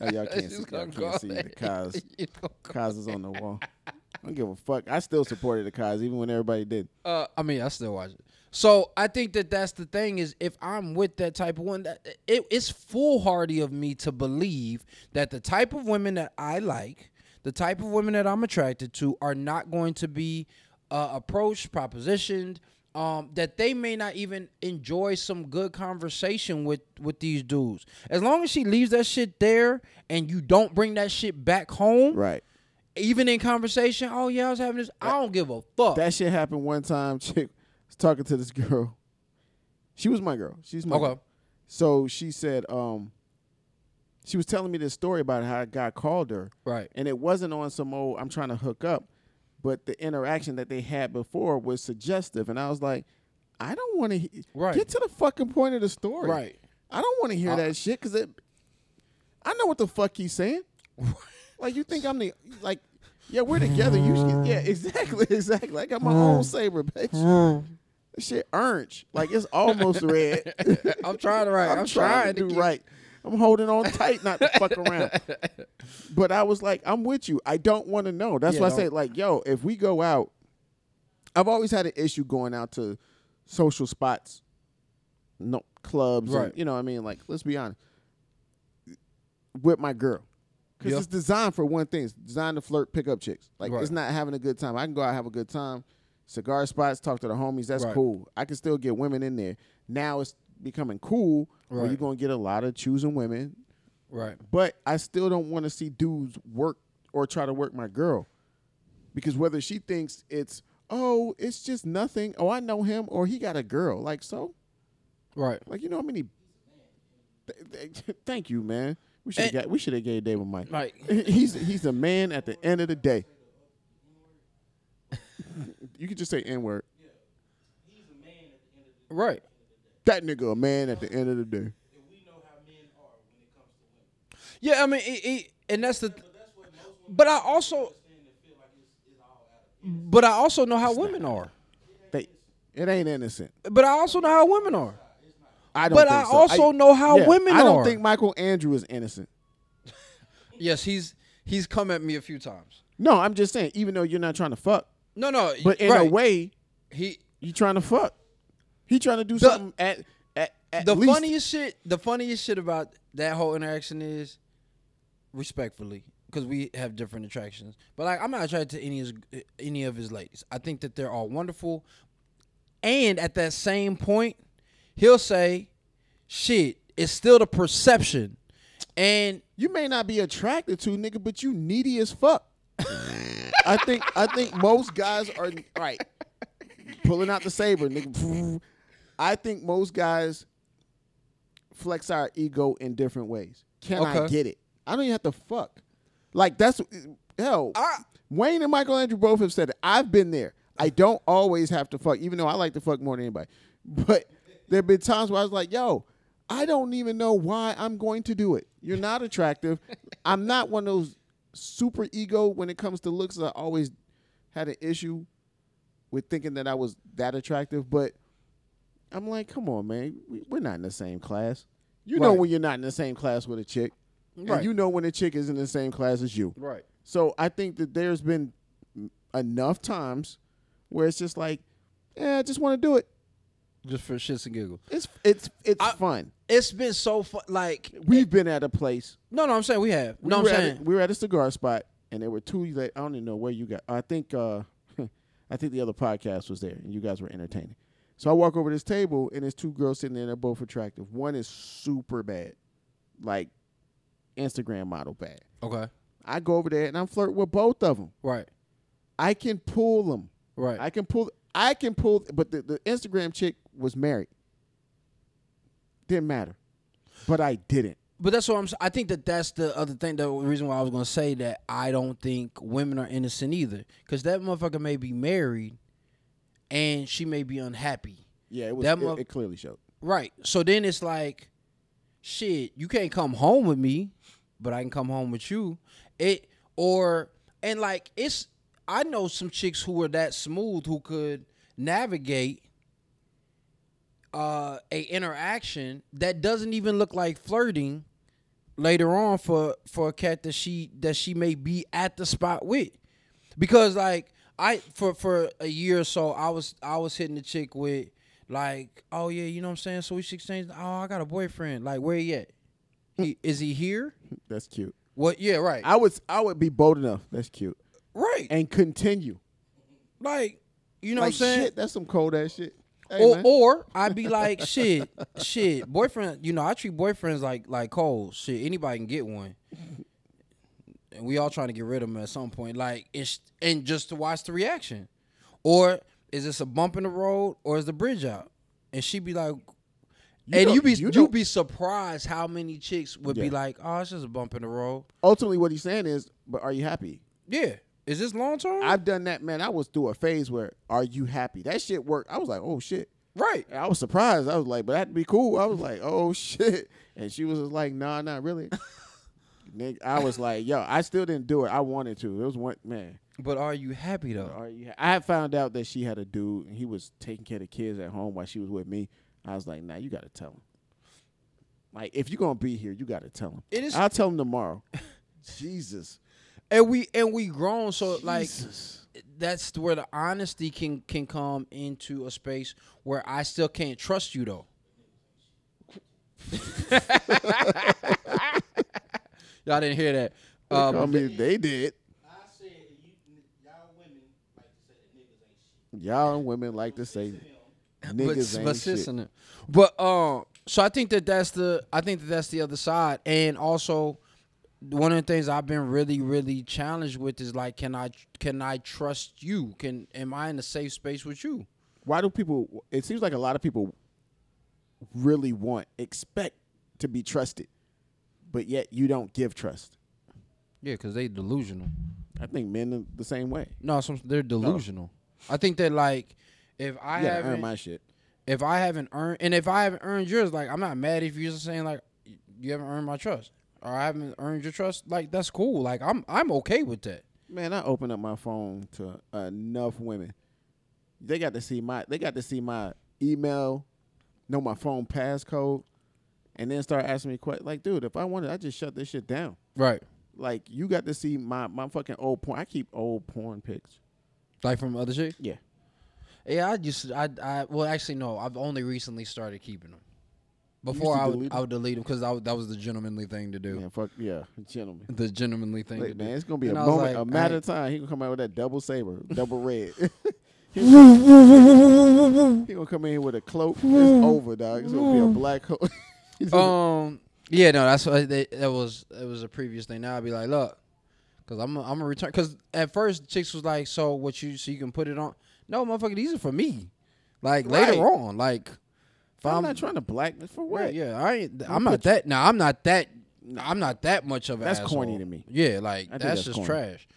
Oh, y'all can't see,
She's
y'all
gonna go
can't see the cause.
You know,
Cause is on the wall. I don't give a fuck. I still supported the cause even when everybody did.
Uh, I mean, I still watch it. So I think that that's the thing is if I'm with that type of one, that it, it's foolhardy of me to believe that the type of women that I like, the type of women that I'm attracted to, are not going to be uh, approached, propositioned. Um, that they may not even enjoy some good conversation with with these dudes. As long as she leaves that shit there and you don't bring that shit back home,
Right.
even in conversation. Oh yeah, I was having this. I don't give a fuck.
That shit happened one time. Chick was talking to this girl. She was my girl. She's my
okay.
girl. So she said, um, she was telling me this story about how a guy called her,
Right.
and it wasn't on some old I'm trying to hook up, but the interaction that they had before was suggestive, and I was like, I don't want to he-
Right.
get to the fucking point of the story.
Right.
I don't want to hear that shit because it. I know what the fuck he's saying. like you think I'm the like, yeah, we're together. You should, yeah, exactly, exactly. I got my own saber, bitch. This shit orange, like it's almost red.
I'm trying to write. I'm, trying, to
do
get-
right. I'm holding on tight not to fuck around. But I was like, I'm with you. I don't want to know. That's
Yeah,
why I
don't-
say, like, yo, if we go out, I've always had an issue going out to social spots, no clubs, and-
Right.
you know what I mean? Like, let's be honest, with my girl. Because
Yeah.
it's designed for one thing. It's designed to flirt, pick up chicks. Like,
Right.
it's not having a good time. I can go out have a good time, cigar spots, talk to the homies. That's
Right.
cool. I can still get women in there. Now it's becoming cool where
Right.
you're going to get a lot of choosing women
Right.
but I still don't want to see dudes work or try to work my girl. Because whether she thinks it's, oh, it's just nothing, oh, I know him, or he got a girl. Like, so?
Right.
Like, you know how many. Th- th- Thank you, man. We should have got. We should have gave David Mike.
Like-
he's he's a man at the end of the day. you could just say N word.
Right.
That nigga a man at the end of the day.
Yeah, I mean, it, it, and that's the. But I also. But I also know how women are.
They, it ain't innocent.
But I also know how women are.
I don't.
But
think
I
so.
also know how women
I don't
are.
think Michael Andrew is innocent.
Yes, he's he's come at me a few times.
No, I'm just saying, even though you're not trying to fuck,
No, no,
but in
right.
a way,
he
you trying to fuck. He trying to do
The-
something at at, at
the
least-
funniest shit. The funniest shit about that whole interaction is, respectfully, because we have different attractions. But like, I'm not attracted to any of his, any of his ladies. I think that they're all wonderful. And at that same point, he'll say, "Shit, it's still the perception." And
You may not be attracted to nigga, but you needy as fuck. I think I think most guys are all right. Pulling out the saber, nigga. I think most guys flex our ego in different ways. Can I
Okay.
get it? I don't even have to fuck. Like that's hell.
I-
Wayne and Michael Andrew both have said it. I've been there. I don't always have to fuck, even though I like to fuck more than anybody. But there have been times where I was like, yo, I don't even know why I'm going to do it. You're not attractive. I'm not one of those super ego when it comes to looks. I always had an issue with thinking that I was that attractive, but I'm like, come on, man. We- We're not in the same class. You know
Right.
when you're not in the same class with a chick.
Right.
And you know when a chick is in the same class as you.
right,
So I think that there's been enough times where it's just like, yeah, I just want to do it.
just for shits and giggles,
It's it's it's
I-
fun.
it's been so fun. Like,
We've been at a place.
no, no, I'm saying we have.
We
no, I'm
were at
saying
a- we were at a cigar spot, and there were two. la- I don't even know where you got. I think uh, I think the other podcast was there, and you guys were entertaining. So I walk over this table, and there's two girls sitting there. They're both attractive. One is super bad, like Instagram model bad.
okay,
I go over there and I'm flirting with both of them.
right,
I can pull them.
right,
I can pull. I can pull. But the, the Instagram chick was married. Didn't matter, but I didn't.
But that's what I'm. s- I think that that's the other thing. The reason why I was gonna say that I don't think women are innocent either, because that motherfucker may be married, and she may be unhappy.
Yeah, it was.
That
it,
mother-
it clearly showed.
Right. So then it's like, shit, you can't come home with me, but I can come home with you. It or and like it's. I know some chicks who are that smooth who could navigate uh a interaction that doesn't even look like flirting later on for for a cat that she that she may be at the spot with because like i for for a year or so i was i was hitting the chick with like oh yeah you know what i'm saying so we should exchange oh i got a boyfriend like where he at he, is he here
That's cute.
what yeah right
I was. I would be bold enough. That's cute.
right
And continue.
like you know
like
what i'm saying Oh,
shit, that's some cold ass shit. Hey,
or,
man.
or I'd be like, shit, shit, boyfriend. You know, I treat boyfriends like like cold. Shit, anybody can get one. And we all trying to get rid of them at some point. Like, it's, and just to watch the reaction. Or is this a bump in the road, or is the bridge out? And she'd be like, and
don't-
you be
you
you,
don't-
be surprised how many chicks would be
Yeah.
like, oh, it's just a bump in the road.
ultimately, what he's saying is, but are you happy?
Yeah, is this long term?
I've done that, man. I was through a phase where, are you happy? That shit worked. I was like, oh shit.
right,
And I was surprised. I was like, but that'd be cool. I was like, oh shit. And she was just like, nah, not really. Nigga, I was like, yo, I still didn't do it. I wanted to. It was one man.
but are you happy though?
Are you- I had found out that she had a dude and he was taking care of the kids at home while she was with me. I was like, nah, you gotta tell him. Like, if you're gonna be here, you gotta tell him.
It is-
I'll tell him tomorrow. Jesus.
And we and we grown, so like
Jesus.
that's where the honesty can can come into a space where I still can't trust you though. Y'all didn't hear that. Um,
I mean, they did.
I said you, y'all women like to say that niggas ain't shit.
Y'all women like to say niggas
but,
ain't
but
shit.
sis in it. But um, so I think that that's the I think that that's the other side, and also one of the things I've been really really challenged with is like, can I can I trust you? Can am I in a safe space with you?
Why do people? It seems like a lot of people really want, expect to be trusted, but yet you don't give trust.
Yeah, because they delusional.
I think men are the same way.
No, some they're delusional. I think that like if I
I gotta
haven't
earn my shit.
if I haven't earned and if I haven't earned yours, like I'm not mad if you're just saying like you haven't earned my trust or I haven't earned your trust. Like that's cool. Like I'm I'm okay with that.
Man, I opened up my phone to enough women. They got to see my they got to see my email, know my phone passcode, and then start asking me questions. Like, dude, if I wanted, I just shut this shit down.
Right.
Like, you got to see my my fucking old porn. I keep old porn pics.
Like from other shit.
Yeah.
Yeah, I used to. I, I well, actually, no. I've only recently started keeping them. Before
to
I would,
delete 'em?
I would delete them because that was the gentlemanly thing to do.
Yeah, fuck yeah, gentlemen.
The gentlemanly thing to
Like,
do.
man, it's gonna be
And
a
I was
moment,
like,
a matter
I-
of time. He gonna come out with that double saber, double red. he gonna come in with a cloak. It's over, dog. It's gonna be a black hole.
Um. Yeah. No. That's what they, that was. It was a previous thing. Now I'd be like, look, because I'm. A, I'm a return. Because at first, chicks was like, so what you? So you can put it on? No, motherfucker. These are for me. Like later
Right.
on. Like. If
I'm not trying to blackness for what.
Right, yeah, I ain't. I'm not that. Now I'm not that. I'm not that much of an.
That's corny
asshole.
to me.
Yeah, like
I think
that's,
that's corny.
just trash.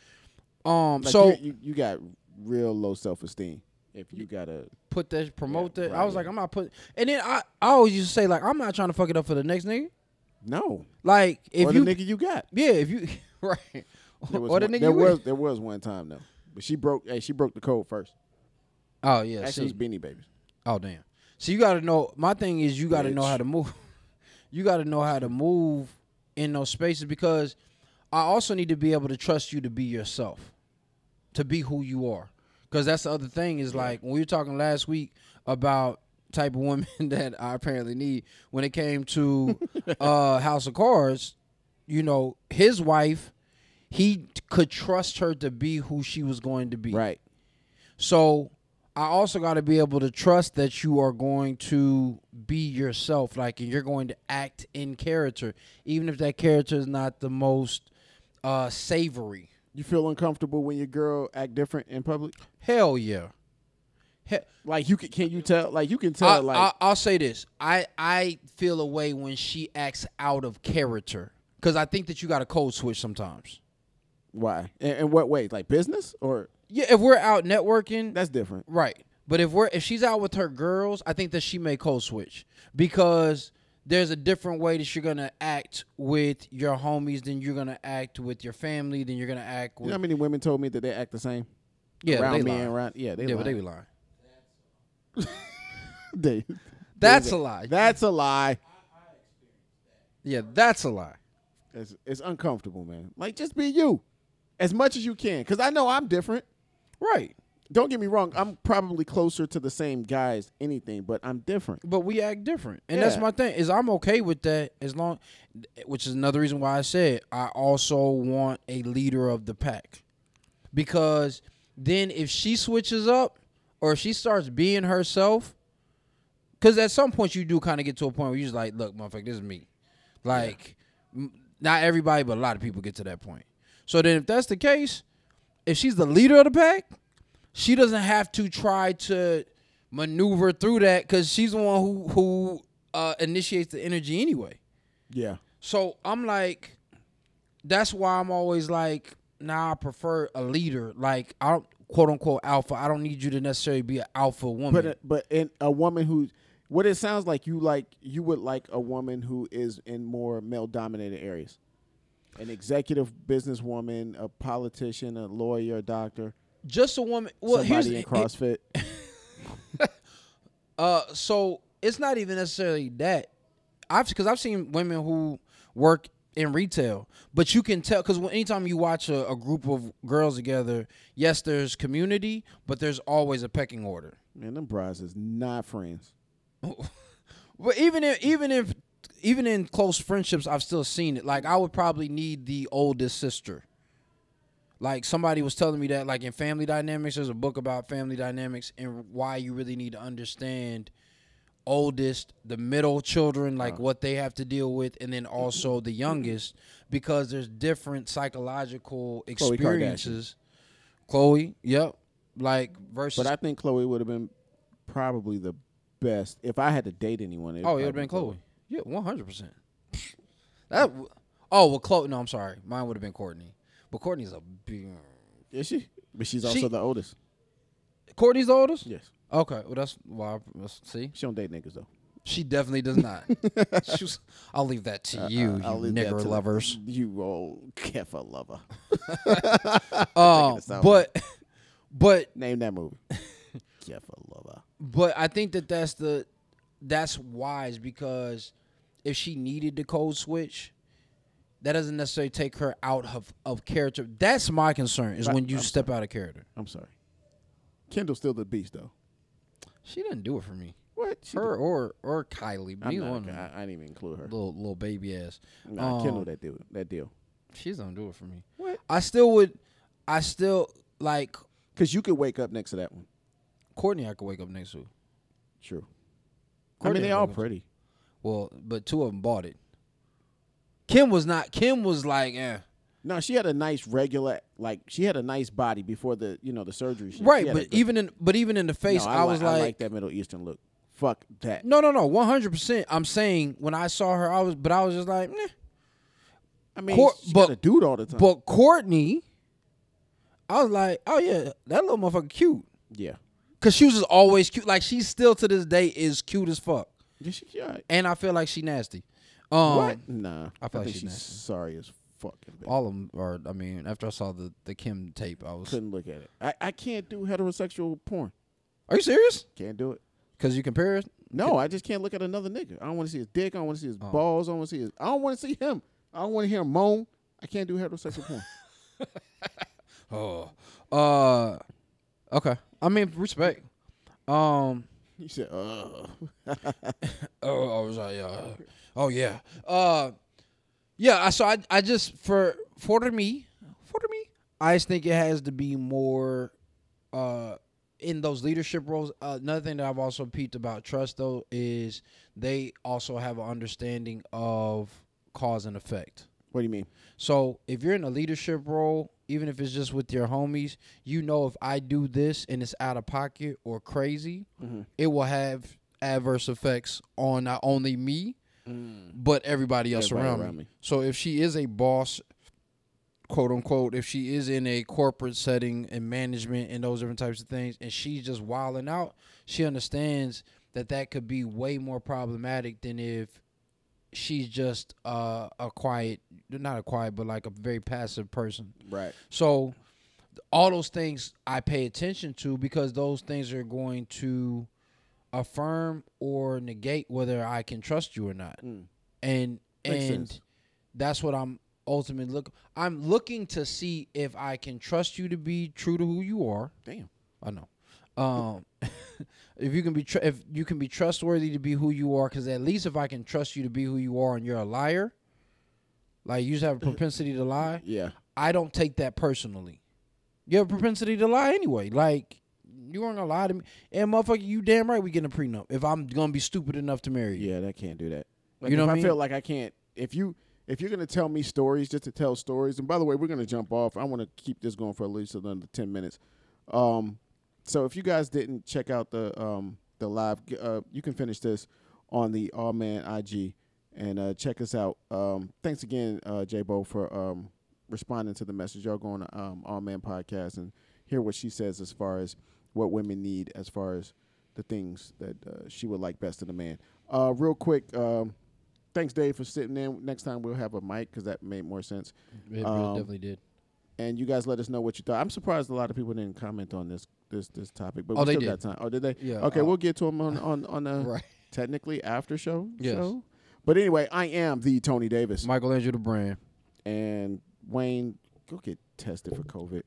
Um,
Like,
so
you, you, you got real low self esteem if you gotta.
put that, promote
Yeah,
that. I
right,
was like,
yeah.
I'm not putting. And then I, I always used to say like, I'm not trying to fuck it up for the next nigga.
No,
Like if
or
you,
the nigga you got.
yeah, if you, right,
There was
or the
one-
nigga
there
you
was
with.
there was one time though, but she broke. Hey, she broke the code first.
Oh yeah,
Actually,
see,
it was Beanie Babies.
oh damn. So you got to know. My thing is you got to know
Bitch.
how to move. You got to know how to move in those spaces because I also need to be able to trust you to be yourself. to be who you are. Because that's the other thing is like when we were talking last week about type of women that I apparently need when it came to uh House of Cards, you know, his wife, he t- could trust her to be who she was going to be.
Right.
So I also got to be able to trust that you are going to be yourself, like and you're going to act in character, even if that character is not the most uh savory.
You feel uncomfortable when your girl act different in public.
Hell yeah. Hell,
Like you can, can you tell? Like you can tell.
I,
like
I, I'll say this: I I feel a way when she acts out of character because I think that you got a code switch sometimes.
Why? In, in what way? Like business or
Yeah, if we're out networking,
that's different.
right. But if we're if she's out with her girls, I think that she may code switch because there's a different way that you're gonna act with your homies than you're gonna act with your family than you're gonna act
You
with
know how many women told me that they act the same?
yeah
around
they
me
lie.
and around yeah, they lie.
yeah but they be lying.
They-
That's a lie.
that's a lie.
yeah, that's a lie.
It's, it's uncomfortable, man. Like just be you, as much as you can, because I know I'm different.
Right.
Don't get me wrong. I'm probably closer to the same guys, anything, but I'm different.
but we act different and that's
Yeah.
my thing is i'm okay with that as long which is another reason why i said i also want a leader of the pack because then if she switches up or she starts being herself because at some point you do kind of get to a point where you're just like look motherfucker this is me like m- not everybody but a lot of people get to that point so then if that's the case if she's the leader of the pack she doesn't have to try to maneuver through that because she's the one who who uh, initiates the energy anyway.
Yeah,
So I'm like, that's why I'm always like, nah, I prefer a leader. Like I don't quote unquote alpha. I don't need you to necessarily be an alpha woman.
but uh, but in a woman who, what it sounds like you like you would like a woman who is in more male dominated areas, an executive businesswoman, a politician, a lawyer, a doctor,
Just a woman. Well, here's
somebody in CrossFit.
Uh, so it's not even necessarily that. I've because I've seen women who work in retail. But you can tell because anytime you watch a, a group of girls together, yes, there's community, but there's always a pecking order.
Man, them brides is not friends.
But even if even if even in close friendships, I've still seen it. Like I would probably need the oldest sister. Like somebody was telling me that, like in family dynamics, there's a book about family dynamics and why you really need to understand oldest, the middle children, like what they have to deal with, and then also the youngest, because there's different psychological
Khloe Kardashian.
experiences. Chloe, yep. Like versus
But I think Chloe would have been probably the best if I had to date anyone.
Oh, it would have been Chloe. Yeah, one hundred percent. That. w- Oh well, Chloe. No, I'm sorry. Mine would have been Courtney, but Courtney's a. b-
Is she? But she's also
She-
the oldest.
Courtney's the oldest.
Yes.
Okay, well that's why. Well, see,
She don't date niggas though.
she definitely does not. she was, I'll leave that to you,
Uh, I'll
you
leave that
nigger
to-
lovers.
You old keffa lover.
Um,
us out,
but, but
Name that movie. keffa lover.
But I think that that's the that's wise because if she needed the code switch, that doesn't necessarily take her out of, of character. That's my concern is
But-
when you
I'm
step out of character.
I'm sorry. Kendall's still the beast though.
She didn't do it for me.
What? She
Her or or Kylie,
did- I'm
neither
not-
one. of them.
I, I didn't even include her.
Little little baby ass.
Nah,
Um,
Kendall that deal. That deal.
She doesn't do it for me.
What?
I still would. I still like
Because you could wake up next to that one.
Courtney. I could wake up next to.
True. I
Courtney
mean, they
would
all
wake up-
pretty.
Well, but two of them bought it. Kim was not. Kim was like, eh.
No, she had a nice regular, like she had a nice body before the, you know, the surgery. Shit.
Right,
She had a
but
good-
even in but even in the
No,
face, I,
li-
was
I
like,
like that Middle Eastern look. Fuck that.
no, no, no, one hundred percent. I'm saying when I saw her, I was, but I was just like, meh.
I mean,
Cor-
she
but-
got a dude all the time.
but Courtney, I was like, oh yeah, that little motherfucker cute,
yeah,
cause she was just always cute. Like she still to this day is cute as fuck,
yeah, she, yeah.
and I feel like she nasty. Um,
what? Nah,
I feel like
think
she's
she's
nasty. Uh,
sorry as fucking. Bitch.
All of them are. I mean, after I saw the the Kim tape, I was.
Couldn't look at it. I, I can't do heterosexual porn.
Are you serious?
Can't do it.
Cause you Oh. compare it.
No, I just can't look at another nigga. I don't want to see his dick. I don't want to see his balls. I don't want to see his. I don't want to see him. I don't want to hear him moan. I can't do heterosexual porn.
Oh, uh, okay. I mean, respect. Um.
You said, "Uh."
Oh, I was like, yeah. Oh yeah. Uh, yeah. I so I I just for for me for me I just think it has to be more, uh, in those leadership roles. Uh, another thing that I've also peeped about trust though is they also have an understanding of cause and effect.
What do you mean?
So if you're in a leadership role, even if it's just with your homies, you know if I do this and it's out of pocket or crazy, it will have adverse effects on not only me, but everybody else
Everybody
around,
around
me.
me.
So if she is a boss, quote unquote, if she is in a corporate setting and management and those different types of things, and she's just wilding out, she understands that that could be way more problematic than if she's just uh, a quiet, not a quiet, but like a very passive person.
Right.
So all those things I pay attention to because those things are going to affirm or negate whether I can trust you or not.
Mm.
And
Makes
and
sense.
that's what I'm ultimately look I'm looking to see if I can trust you to be true to who you are.
Damn.
I know. Um, if you can be tr- if you can be trustworthy to be who you are, because at least if I can trust you to be who you are, and you're a liar, like you just have a propensity to lie,
Yeah.
I don't take that personally. You have a propensity to lie anyway. Like you aren't gonna lie to me, and motherfucker, you damn right we getting a prenup if I'm gonna be stupid enough to marry you.
Yeah, that can't do that. Like,
You know
if
what I
I
mean?
feel like I can't. If you if you're gonna tell me stories just to tell stories, and by the way, we're gonna jump off. I want to keep this going for at least another ten minutes. Um, so if you guys didn't check out the um the live, g- uh, you can finish this on the All Man IG and uh, check us out. Um, thanks again, uh, J Bo, for um responding to the message. Y'all go on the um, All Man podcast and hear what she says as far as what women need, as far as the things that uh, she would like best in a man. Uh, real quick, um, thanks Dave for sitting in. Next time we'll have a mic because that made more sense.
It
Um,
definitely did.
And you guys let us know what you thought. I'm surprised a lot of people didn't comment on this this this topic, but
Oh,
we
they
still
did.
got time. Oh, did they?
Yeah,
Okay,
uh,
we'll get to them on on on the
Right.
technically after show
Yes.
show. But anyway, I am the Tony Davis.
Michelangelo the brand.
and Wayne, go get tested for COVID.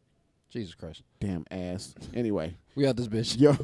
Jesus Christ.
Damn ass. Anyway,
We out this bitch.
yo.